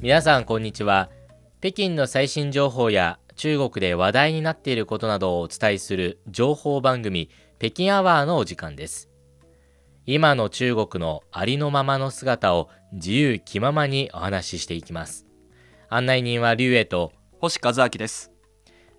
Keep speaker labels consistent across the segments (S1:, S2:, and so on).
S1: 皆さんこんにちは北京の最新情報や中国で話題になっていることなどをお伝えする情報番組北京アワーのお時間です今の中国のありのままの姿を自由気ままにお話ししていきます案内人は劉英と
S2: 星和明です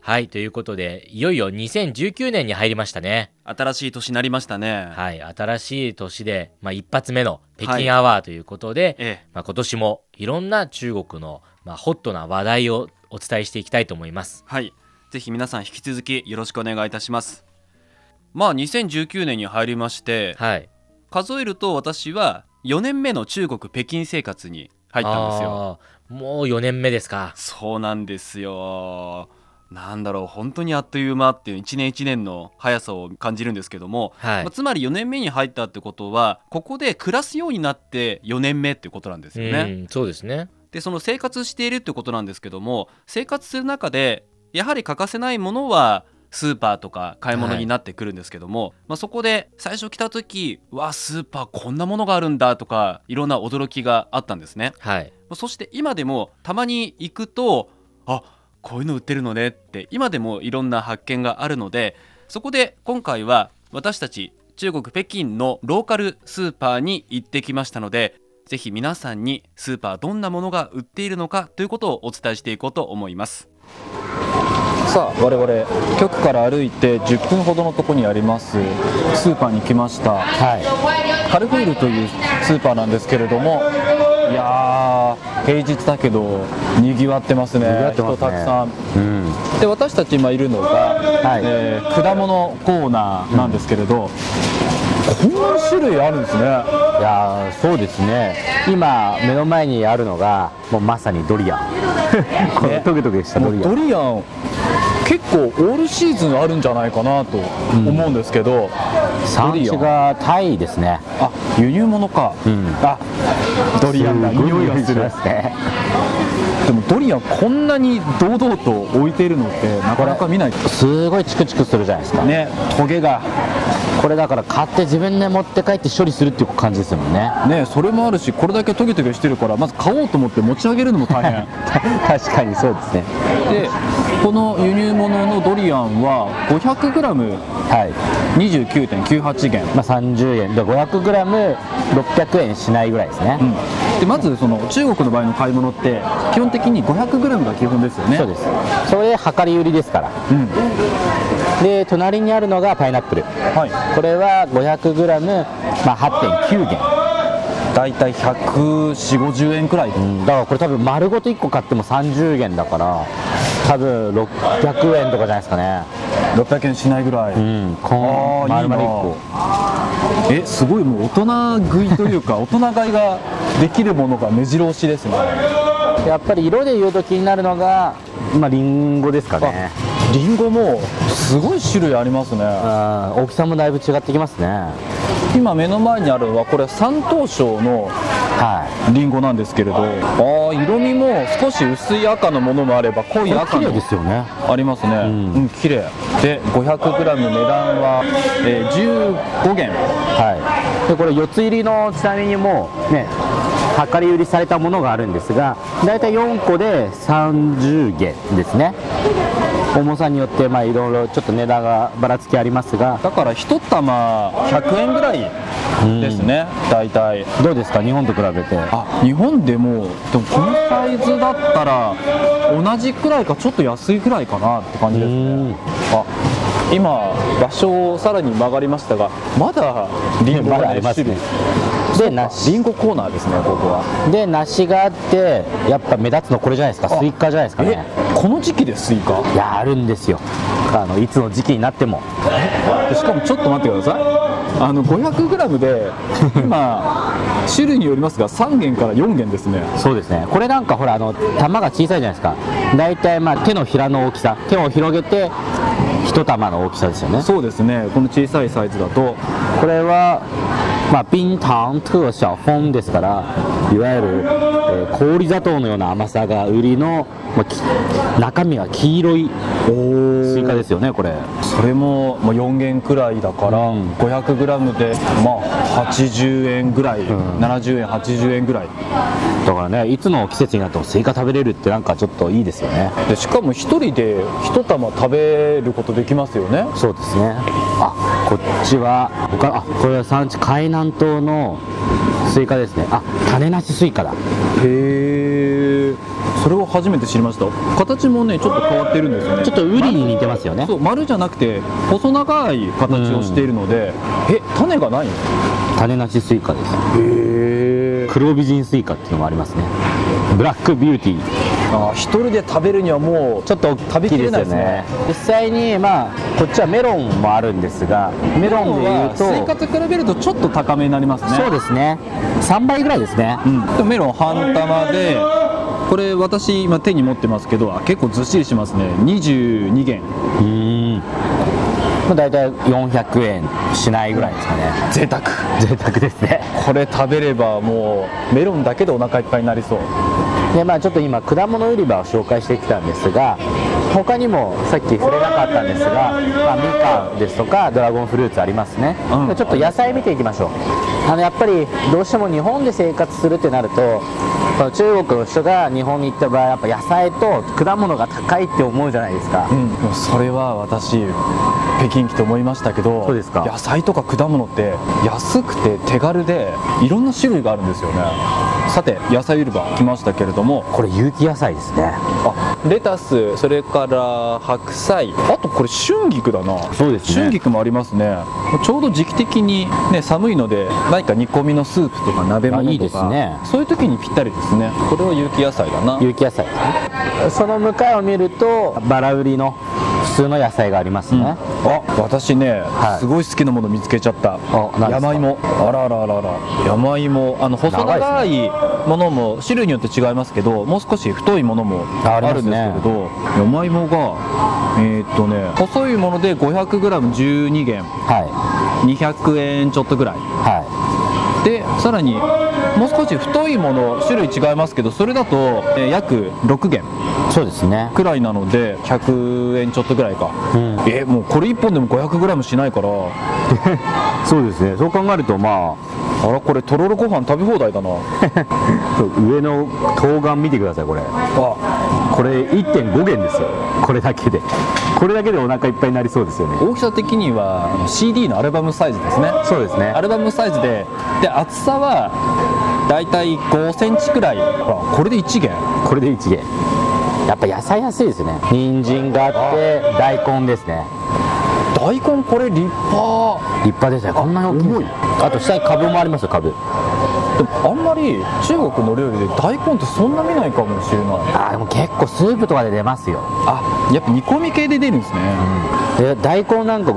S1: はいということでいよいよ2019年に入りましたね
S2: 新しい年になりましたね、
S1: はい新しい年で、まあ、一発目の北
S2: は
S1: 京
S2: い
S1: アワーということで、
S2: え
S1: まあ、今年もいろんな中国の、まあ、ホットな話題をお伝えしていきたいと思います
S2: えはいぜひ皆さん引き続きよろしくお願いいたしますまあ2019年に入りまして
S1: はい
S2: 数えると私は4年目の中国北京生活に入ったんですよ
S1: あーもう4年目ですか
S2: そうなんですよなんだろう本当にあっという間っていう1年1年の速さを感じるんですけども、
S1: はい、
S2: まあつまり4年目に入ったってことはここで暮らすようになって4年目っていうことなんですよね、
S1: うんそうですね
S2: でその生活しているってことなんですけども生活する中でやはり欠かせないものはスーパーとか買い物になってくるんですけども、まあ、そこで最初来た時うわスーパーこんなものがあるんだとかいろんな驚きがあったんですね
S1: はい
S2: まあそして今でもたまに行くとあこういうの売ってるのねって今でもいろんな発見があるのでそこで今回は私たち中国北京のローカルスーパーに行ってきましたのでぜひ皆さんにスーパーどんなものが売っているのかということをお伝えしていこうと思います
S3: さあ我々局から歩いて10分ほどのとこにありますスーパーに来ました
S4: はい、
S3: カルフールというスーパーなんですけれどもいやー平日だけどにぎわってますね
S5: 賑わってますね
S3: 人たくさん
S5: うん、
S3: で私たち今いるのが、
S5: はい
S3: えー果物コーナーなんですけれど、こんな種類あるんですね
S5: いやーそうですね今目の前にあるのがもうまさにド リアンこのトゲトゲしたド
S3: もう
S5: リア
S3: ド
S5: ン
S3: リアン結構オールシーズンあるんじゃないかなと思うんですけど、ド
S5: 産
S3: リア
S5: 地
S3: ン
S5: がタイですね
S3: あ輸入物か、
S5: ん
S3: あドリアンだ
S5: すごい
S3: 匂いがす
S5: し
S3: る
S5: ますね
S3: でもドリアンこんなに堂々と置いているのってなかなか見ない
S5: すごいチクチクするじゃないですか、
S3: ねトゲが
S5: これだから買って自分で持って帰って処理するっていう感じですもんね
S3: ねそれもあるしこれだけトゲトゲしてるからまず買おうと思って持ち上げるのも大変
S5: 確かにそうですね
S3: でこの輸入物のドリアンは 500g29.98
S5: はい、
S3: 元、
S5: まあ、30円で 500g600 円しないぐらいですね、
S3: うん、でまずその中国の場合の買い物って基本的に 500g が基本ですよね
S5: そうですそれ量り売りですから
S3: うん
S5: で隣にあるのがパイナップル
S3: はい
S5: これは 500g、まあ、8.9元
S3: 大体14050円くらい
S5: うんだからこれ多分丸ごと1個買っても30元だから多分600円とかじゃないですかね
S3: 600円しないぐらい、
S5: うんこん
S3: あー
S5: 丸
S3: いいな
S5: 々1個
S3: えすごいもう大人食いとい うか大人買いができるものが目白押しですね
S5: やっぱり色で言うと気になるのがまあリンゴですかね
S3: りんごもすごい種類ありますね
S5: あー大きさもだいぶ違ってきますね
S3: 今目の前にあるのはこれ山東省の
S5: は
S3: りんごなんですけれどあー色味も少し薄い赤のものもあれば濃
S5: い
S3: い赤
S5: 綺麗
S3: の
S5: ですよね
S3: ありますねうんん綺麗で 500g 値段は、えー15元
S5: はいでこれ4つ入りのちなみにもうね量り売りされたものがあるんですがだいたい4個で30元ですね重さによってまあいろいろちょっと値段がばらつきありますが
S3: だから一玉100円ぐらいですね、大体
S5: どうですか日本と比べて
S3: あ日本でもでもこのサイズだったら同じくらいかちょっと安いくらいかなって感じです
S5: うん
S3: ねあ今場所をさらに曲がりましたがまだリンゴ
S5: まだ
S3: が
S5: ありますねで梨
S3: リンゴコーナーですねここは
S5: で梨があってやっぱ目立つのこれじゃないですか
S3: あ
S5: スイカじゃないですか
S3: え
S5: ね
S3: この時期でスイカ
S5: いやあるんですよあのいつの時期になっても
S3: でしかもちょっと待ってくださいあの 500g で今種類によりますが3元から4元ですね
S5: そうですねこれなんかほらあの玉が小さいじゃないですか大体まあ手のひらの大きさ手を広げて一玉の大きさですよね
S3: そうですねこの小さいサイズだと
S5: これはまあ、冰糖特小フォンですからいわゆる、えー氷砂糖のような甘さが売りの、まあき中身は黄色いスイカですよねこれ
S3: それももう4元くらいだから、
S5: うん
S3: 500g でまあ80円ぐらい、
S5: ん
S3: 70円80円ぐらい
S5: だからねいつの季節になってもスイカ食べれるってなんかちょっといいですよね
S3: でしかも1人で1玉食べることできますよね
S5: そうですねあこっちは他あこれは産地海南島のスイカですねあ種なしスイカだ
S3: へえそれを初めて知りました形もねちょっと変わってるんですよね
S5: ちょっとウリに似てますよね
S3: そう丸じゃなくて細長い形をしているので、え種がないの
S5: 種なしスイカです
S3: へえ
S5: 黒美人スイカっていうのもありますねブラックビューティー
S3: あ一人で食べるにはもうちょっと食べきれないですね
S5: 実際にまあこっちはメロンもあるんですがメロンでいう
S3: スイカ
S5: と
S3: と比べるとちょっと高めになりますね
S5: そうですね3倍ぐらいですね
S3: うん、でもメロン半玉でこれ私今手に持ってますけどあ結構ずっしりしますね22元
S5: うんまあ大体400円しないぐらいですかね
S3: 贅沢
S5: 贅沢ですね
S3: これ食べればもうメロンだけでお腹いっぱいになりそう
S5: でまあちょっと今果物売り場を紹介してきたんですが他にもさっき触れなかったんですが、まあ、みかんですとかドラゴンフルーツありますね、
S3: うん
S5: でちょっと野菜見ていきましょうあのやっぱりどうしても日本で生活するってなるとこの中国の人が日本に行った場合やっぱ野菜と果物が高いって思うじゃないですか、
S3: うん、でもそれは私北京来て思いましたけど
S5: そうですか
S3: 野菜とか果物って安くて手軽でいろんな種類があるんですよねさて野菜売り場来ましたけれども
S5: これ有機野菜ですね
S3: あレタスそれから白菜あとこれ春菊だな
S5: そうですね
S3: 春菊もありますねちょうど時期的に、ね、寒いので何か煮込みのスープとか鍋物
S5: あ
S3: とか
S5: いいですね
S3: そういう時にぴったりですねこれは有機野菜だな
S5: 有機野菜ですねその向かいを見るとバラ売りの普通の野菜がありますね、
S3: あ私ね、
S5: はい
S3: すごい好きなもの見つけちゃっ
S5: 何
S3: た
S5: ですか
S3: 山芋あらあらあらあら山芋あの細長
S5: 長
S3: いものも種類によって違いますけどもう少し太いものもあ
S5: ありますね
S3: るんですけれど、山芋がえーっとね細いもので 500g12 元
S5: は
S3: 200円ちょっとぐらい
S5: いはい
S3: でさらにもう少し太いもの種類違いますけどそれだと、えー約6元
S5: そうですね。
S3: くらいなので100円ちょっとぐらいか
S5: うん、
S3: えもうこれ1本でも 500g しないから
S5: そうですね。そう考えると、ま
S3: あらこれとろろご飯食べ放題だな
S5: あ、上の冬瓜見てください、これ。
S3: あ
S5: これ1.5元ですよ。これだけで。これだけでお腹いっぱいになりそうですよね。
S3: 大きさ的にはあの CD のアルバムサイズですね
S5: そうですね
S3: ア。ルバムサイズでで厚さはだいたい5センチくらいほらこれで1元
S5: これで1元。やっぱ野菜安いですね。人参があって、大根ですね。
S3: 大根これ立派
S5: 立派ですね。こんなに大きいんですね。あと下に株もありますよ、株。
S3: でもあんまり中国の料理で大根ってそんな見ないかもしれない
S5: ああ、でも結構スープとかで出ますよ。
S3: あやっぱ煮込み系で出るんですね、
S5: で大根なんか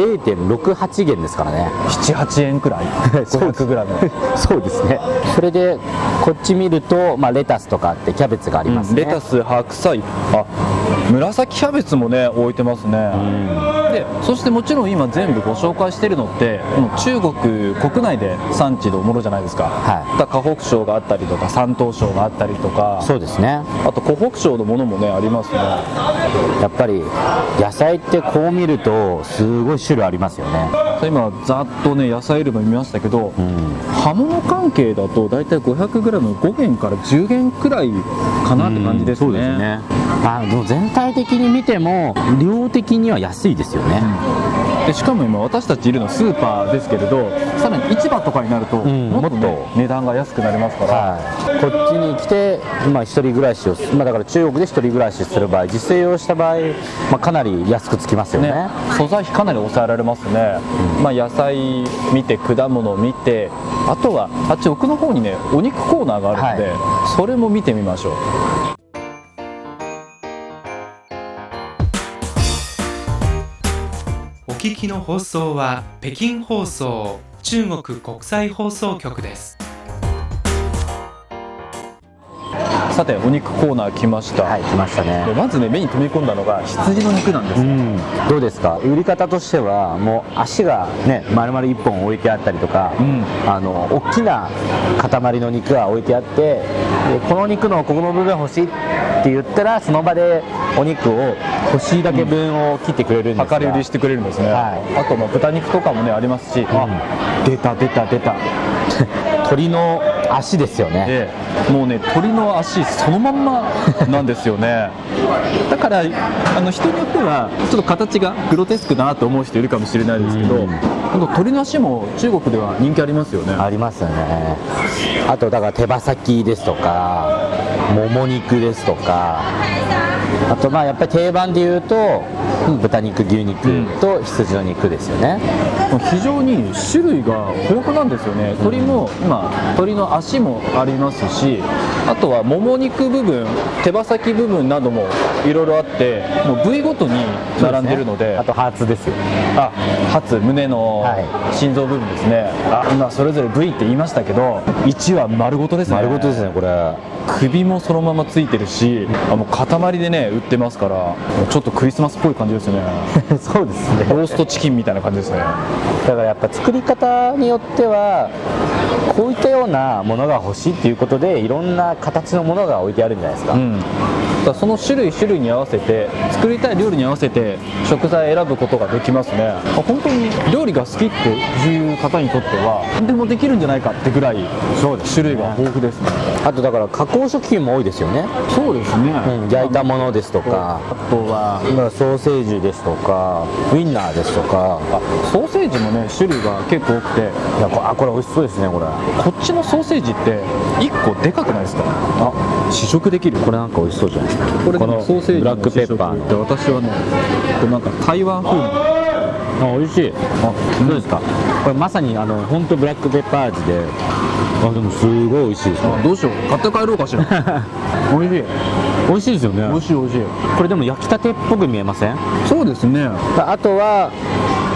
S5: 500g0.68 元ですからね。
S3: 78円く らい 500g
S5: そうですねそれでこっち見ると、まあ、レタスとかあってキャベツがありますね、
S3: レタス白菜あ紫キャベツもね置いてますね、でそしてもちろん今全部ご紹介してるのってこの中国国内で産地のものじゃないですか、
S5: はい
S3: だから河北省があったりとか山東省があったりとか
S5: そうですね
S3: あと湖北省のものもねありますね
S5: やっぱり野菜ってこう見るとすごい種類ありますよね
S3: そう今ざっとね野菜類も見ましたけど、
S5: うん
S3: 刃物関係だと大体 500g5 元から10元くらいかなって感じですね、
S5: うんそうですねあでも全体的に見ても量的には安いですよね、
S3: でしかも今私たちいるのスーパーですけれどさらに市場とかになると、
S5: ん
S3: もっと,、ね、
S5: もっ
S3: 値段が安くなりますから、
S5: はい、こっちに来て、まあ、一人暮らしをす、まあ、だから中国で一人暮らしする場合自炊をした場合、まあ、かなり安くつきますよね
S3: ね、素材費かなり抑えられますね、まあ、野菜見て果物見てあとはあっち奥の方にねお肉コーナーがあるので、それも見てみましょう
S4: お聞きの放送は北京放送中国国際放送局です。
S3: さてお肉コーナー来ました、
S5: はい、来ましたね
S3: で。まずね目に飛び込んだのが羊の肉なんです、
S5: うん、どうですか売り方としてはもう足がね丸々1本置いてあったりとか、
S3: うん
S5: あの大きな塊の肉が置いてあってでこの肉のここの部分欲しいって言ったらその場でお肉を欲しいだけ分を切ってくれるんですが、
S3: 量り売りしてくれるんですね、
S5: はい
S3: あとまあ豚肉とかもねありますし、あ出た出た出 た
S5: 鳥の足ですよね
S3: でもうね鳥の足そのまんまなんですよね だからあの人によってはちょっと形がグロテスクだなと思う人いるかもしれないですけど、なんか鳥の足も中国では人気ありますよね
S5: ありますよねあとだから手羽先ですとかもも肉ですとかあとまあやっぱり定番で言うと豚肉牛肉と羊の肉ですよね、
S3: 非常に種類が豊富なんですよね鳥も今鳥の足もありますしあとはもも肉部分手羽先部分などもいろいろあってもう部位ごとに並んでるので
S5: あとハーツですよ
S3: あ初胸の
S5: は
S3: 心臓部分ですね、あ今それぞれ部位って言いましたけど1は丸ごとですね
S5: 丸ごとですねこれ
S3: 首もそのままついてるしあもう塊でね売ってますからちょっとクリスマスっぽい感じですね
S5: そうですね
S3: ローストチキンみたいな感じですね
S5: だからやっぱ作り方によってはこういったようなものが欲しいっていうことでいろんな形のものが置いてあるんじゃないですか、
S3: うん、その種類種類に合わせて作りたい料理に合わせて食材選ぶことができますねあ本当に料理が好きっていう方にとっては何でもできるんじゃないかってぐらい種類が豊富ですね
S5: あとだから加工食品も多いですよね、
S3: そうですね、
S5: うん、焼いたものですとか
S3: あとは
S5: だからソーセージですとかウインナーですとか
S3: あソーセージもね種類が結構多くて
S5: いやこあこれ美味しそうですねこれあ
S3: こっちのソーセージって1個でかくないですか試食できる
S5: これなんか美味しそうじゃないですか
S3: これでも
S5: の
S3: ソーセー
S5: ブ
S3: ジの
S5: ラックペッパー
S3: 試食って私はねこれなんか台湾風の
S5: のあ美味しいあそうですかこれまさにあの本当ブラックペッパー味であでもすごい美味しいですね
S3: どうしよう買って帰ろうかしら 美味しい
S5: 美味しいですよね
S3: 美味しい美味しい
S5: これでも焼きたてっぽく見えません
S3: そうですね
S5: あとは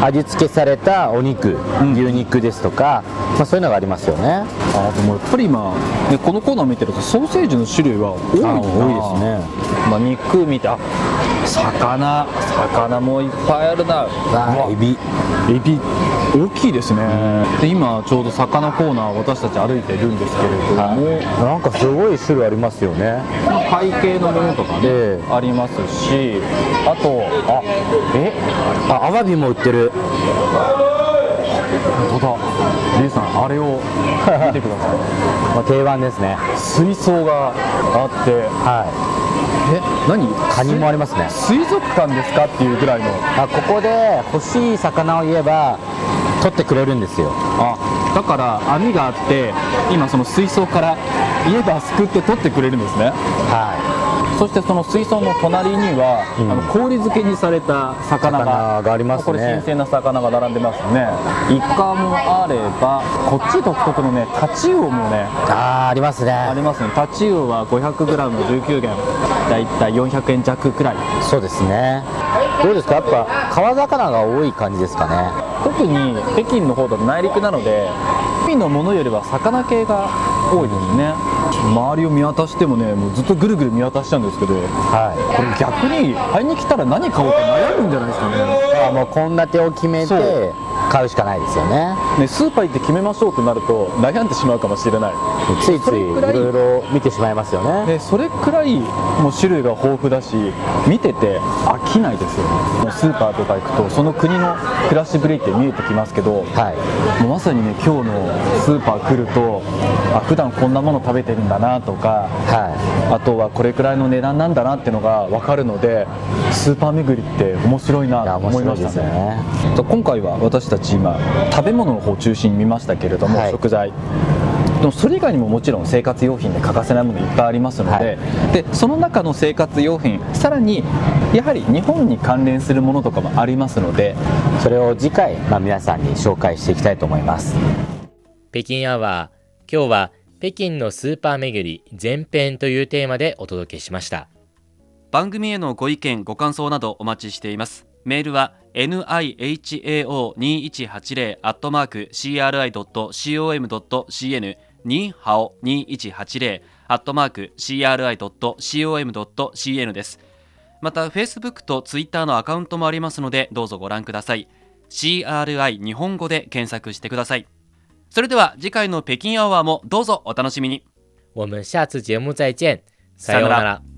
S5: 味付けされたお肉、牛肉ですとか、まあ、そういうのがありますよね
S3: あでもやっぱり今、ね、このコーナー見てるとソーセージの種類は多いな
S5: あ多いですね
S3: まあ、肉見てあ魚魚もいっぱいあるな
S5: あ
S3: うわ
S5: エビ
S3: エビ大きいですねで今ちょうど魚コーナーを私たち歩いてるんですけれども、
S5: なんかすごい種類ありますよね
S3: まあ会計のものとかね、
S5: え
S3: ありますしあとあえ
S5: あアワビも売ってる
S3: 本当だレイさんあれを見てください
S5: まあ、定番ですね
S3: 水槽があって
S5: は
S3: え何
S5: いカニもありますね
S3: 水族館ですかっていうぐらいの
S5: あここで欲しい魚を言えば取ってくれるんですよ
S3: あだから網があって今その水槽から言えばすくって取ってくれるんですね
S5: は
S3: そしてその水槽の隣には、
S5: ん
S3: あの氷漬けにされた魚が
S5: 魚がありますね
S3: これ新鮮な魚が並んでますねイカもあればこっち独特のねタチウオもね
S5: いあーあります
S3: あ
S5: ね
S3: りますねタチウオは 500g19 元だいたい400円弱くらい
S5: そうですねどうですかやっぱ川魚が多い感じですかね
S3: 特に北京の方だと内陸なので海のものよりは魚系が多いですね周りを見渡してもねもうずっとぐるぐる見渡しちゃうんですけどこ
S5: は
S3: れ逆に買いに来たら何買おうか悩むんじゃないですかね
S5: いあもう献立を決め
S3: そ
S5: て
S3: う
S5: 買うしかないですよね
S3: ねスーパー行って決めましょうってなると悩んでしまうかもしれない
S5: つい
S3: そ
S5: つい
S3: れ
S5: い
S3: くらい
S5: ろいろ見てしまいますよね
S3: でそれくらいもう種類が豊富だし見てて飽きないですよねもうスーパーとか行くとその国の暮らしぶりって見えてきますけど
S5: はい
S3: もうまさにね今日のスーパー来るとあ普段こんなもの食べてるんだなとか
S5: は
S3: あとはこれくらいの値段なんだなってのが分かるのでスーパー巡りって面白いない
S5: いや
S3: と
S5: 面
S3: 思い
S5: 白
S3: ま
S5: い
S3: し
S5: で
S3: た
S5: すよ
S3: ね
S5: ね
S3: 今回は私たち今食べ物の方を中心に見ましたけれども、
S5: はい
S3: 食材でもそれ以外にももちろん生活用品で欠かせないものいっぱいありますので,、でその中の生活用品さらにやはり日本に関連するものとかもありますので
S5: それを次回、まあ、皆さんに紹介していきたいと思います
S1: 北京アワー今日は北京のスーパー巡り前編というテーマでお届けしました
S2: 番組へのご意見ご感想などお待ちしていますメールは nihao2180 アットマーク CRI.com.cn にハオ2180アットマーク CRI.com.cn ですまた Facebook と Twitter のアカウントもありますのでどうぞご覧ください CRI 日本語で検索してくださいそれでは次回の北京アワーもどうぞお楽しみに
S1: 我们下次节目再见，
S2: さようなら
S1: さようなら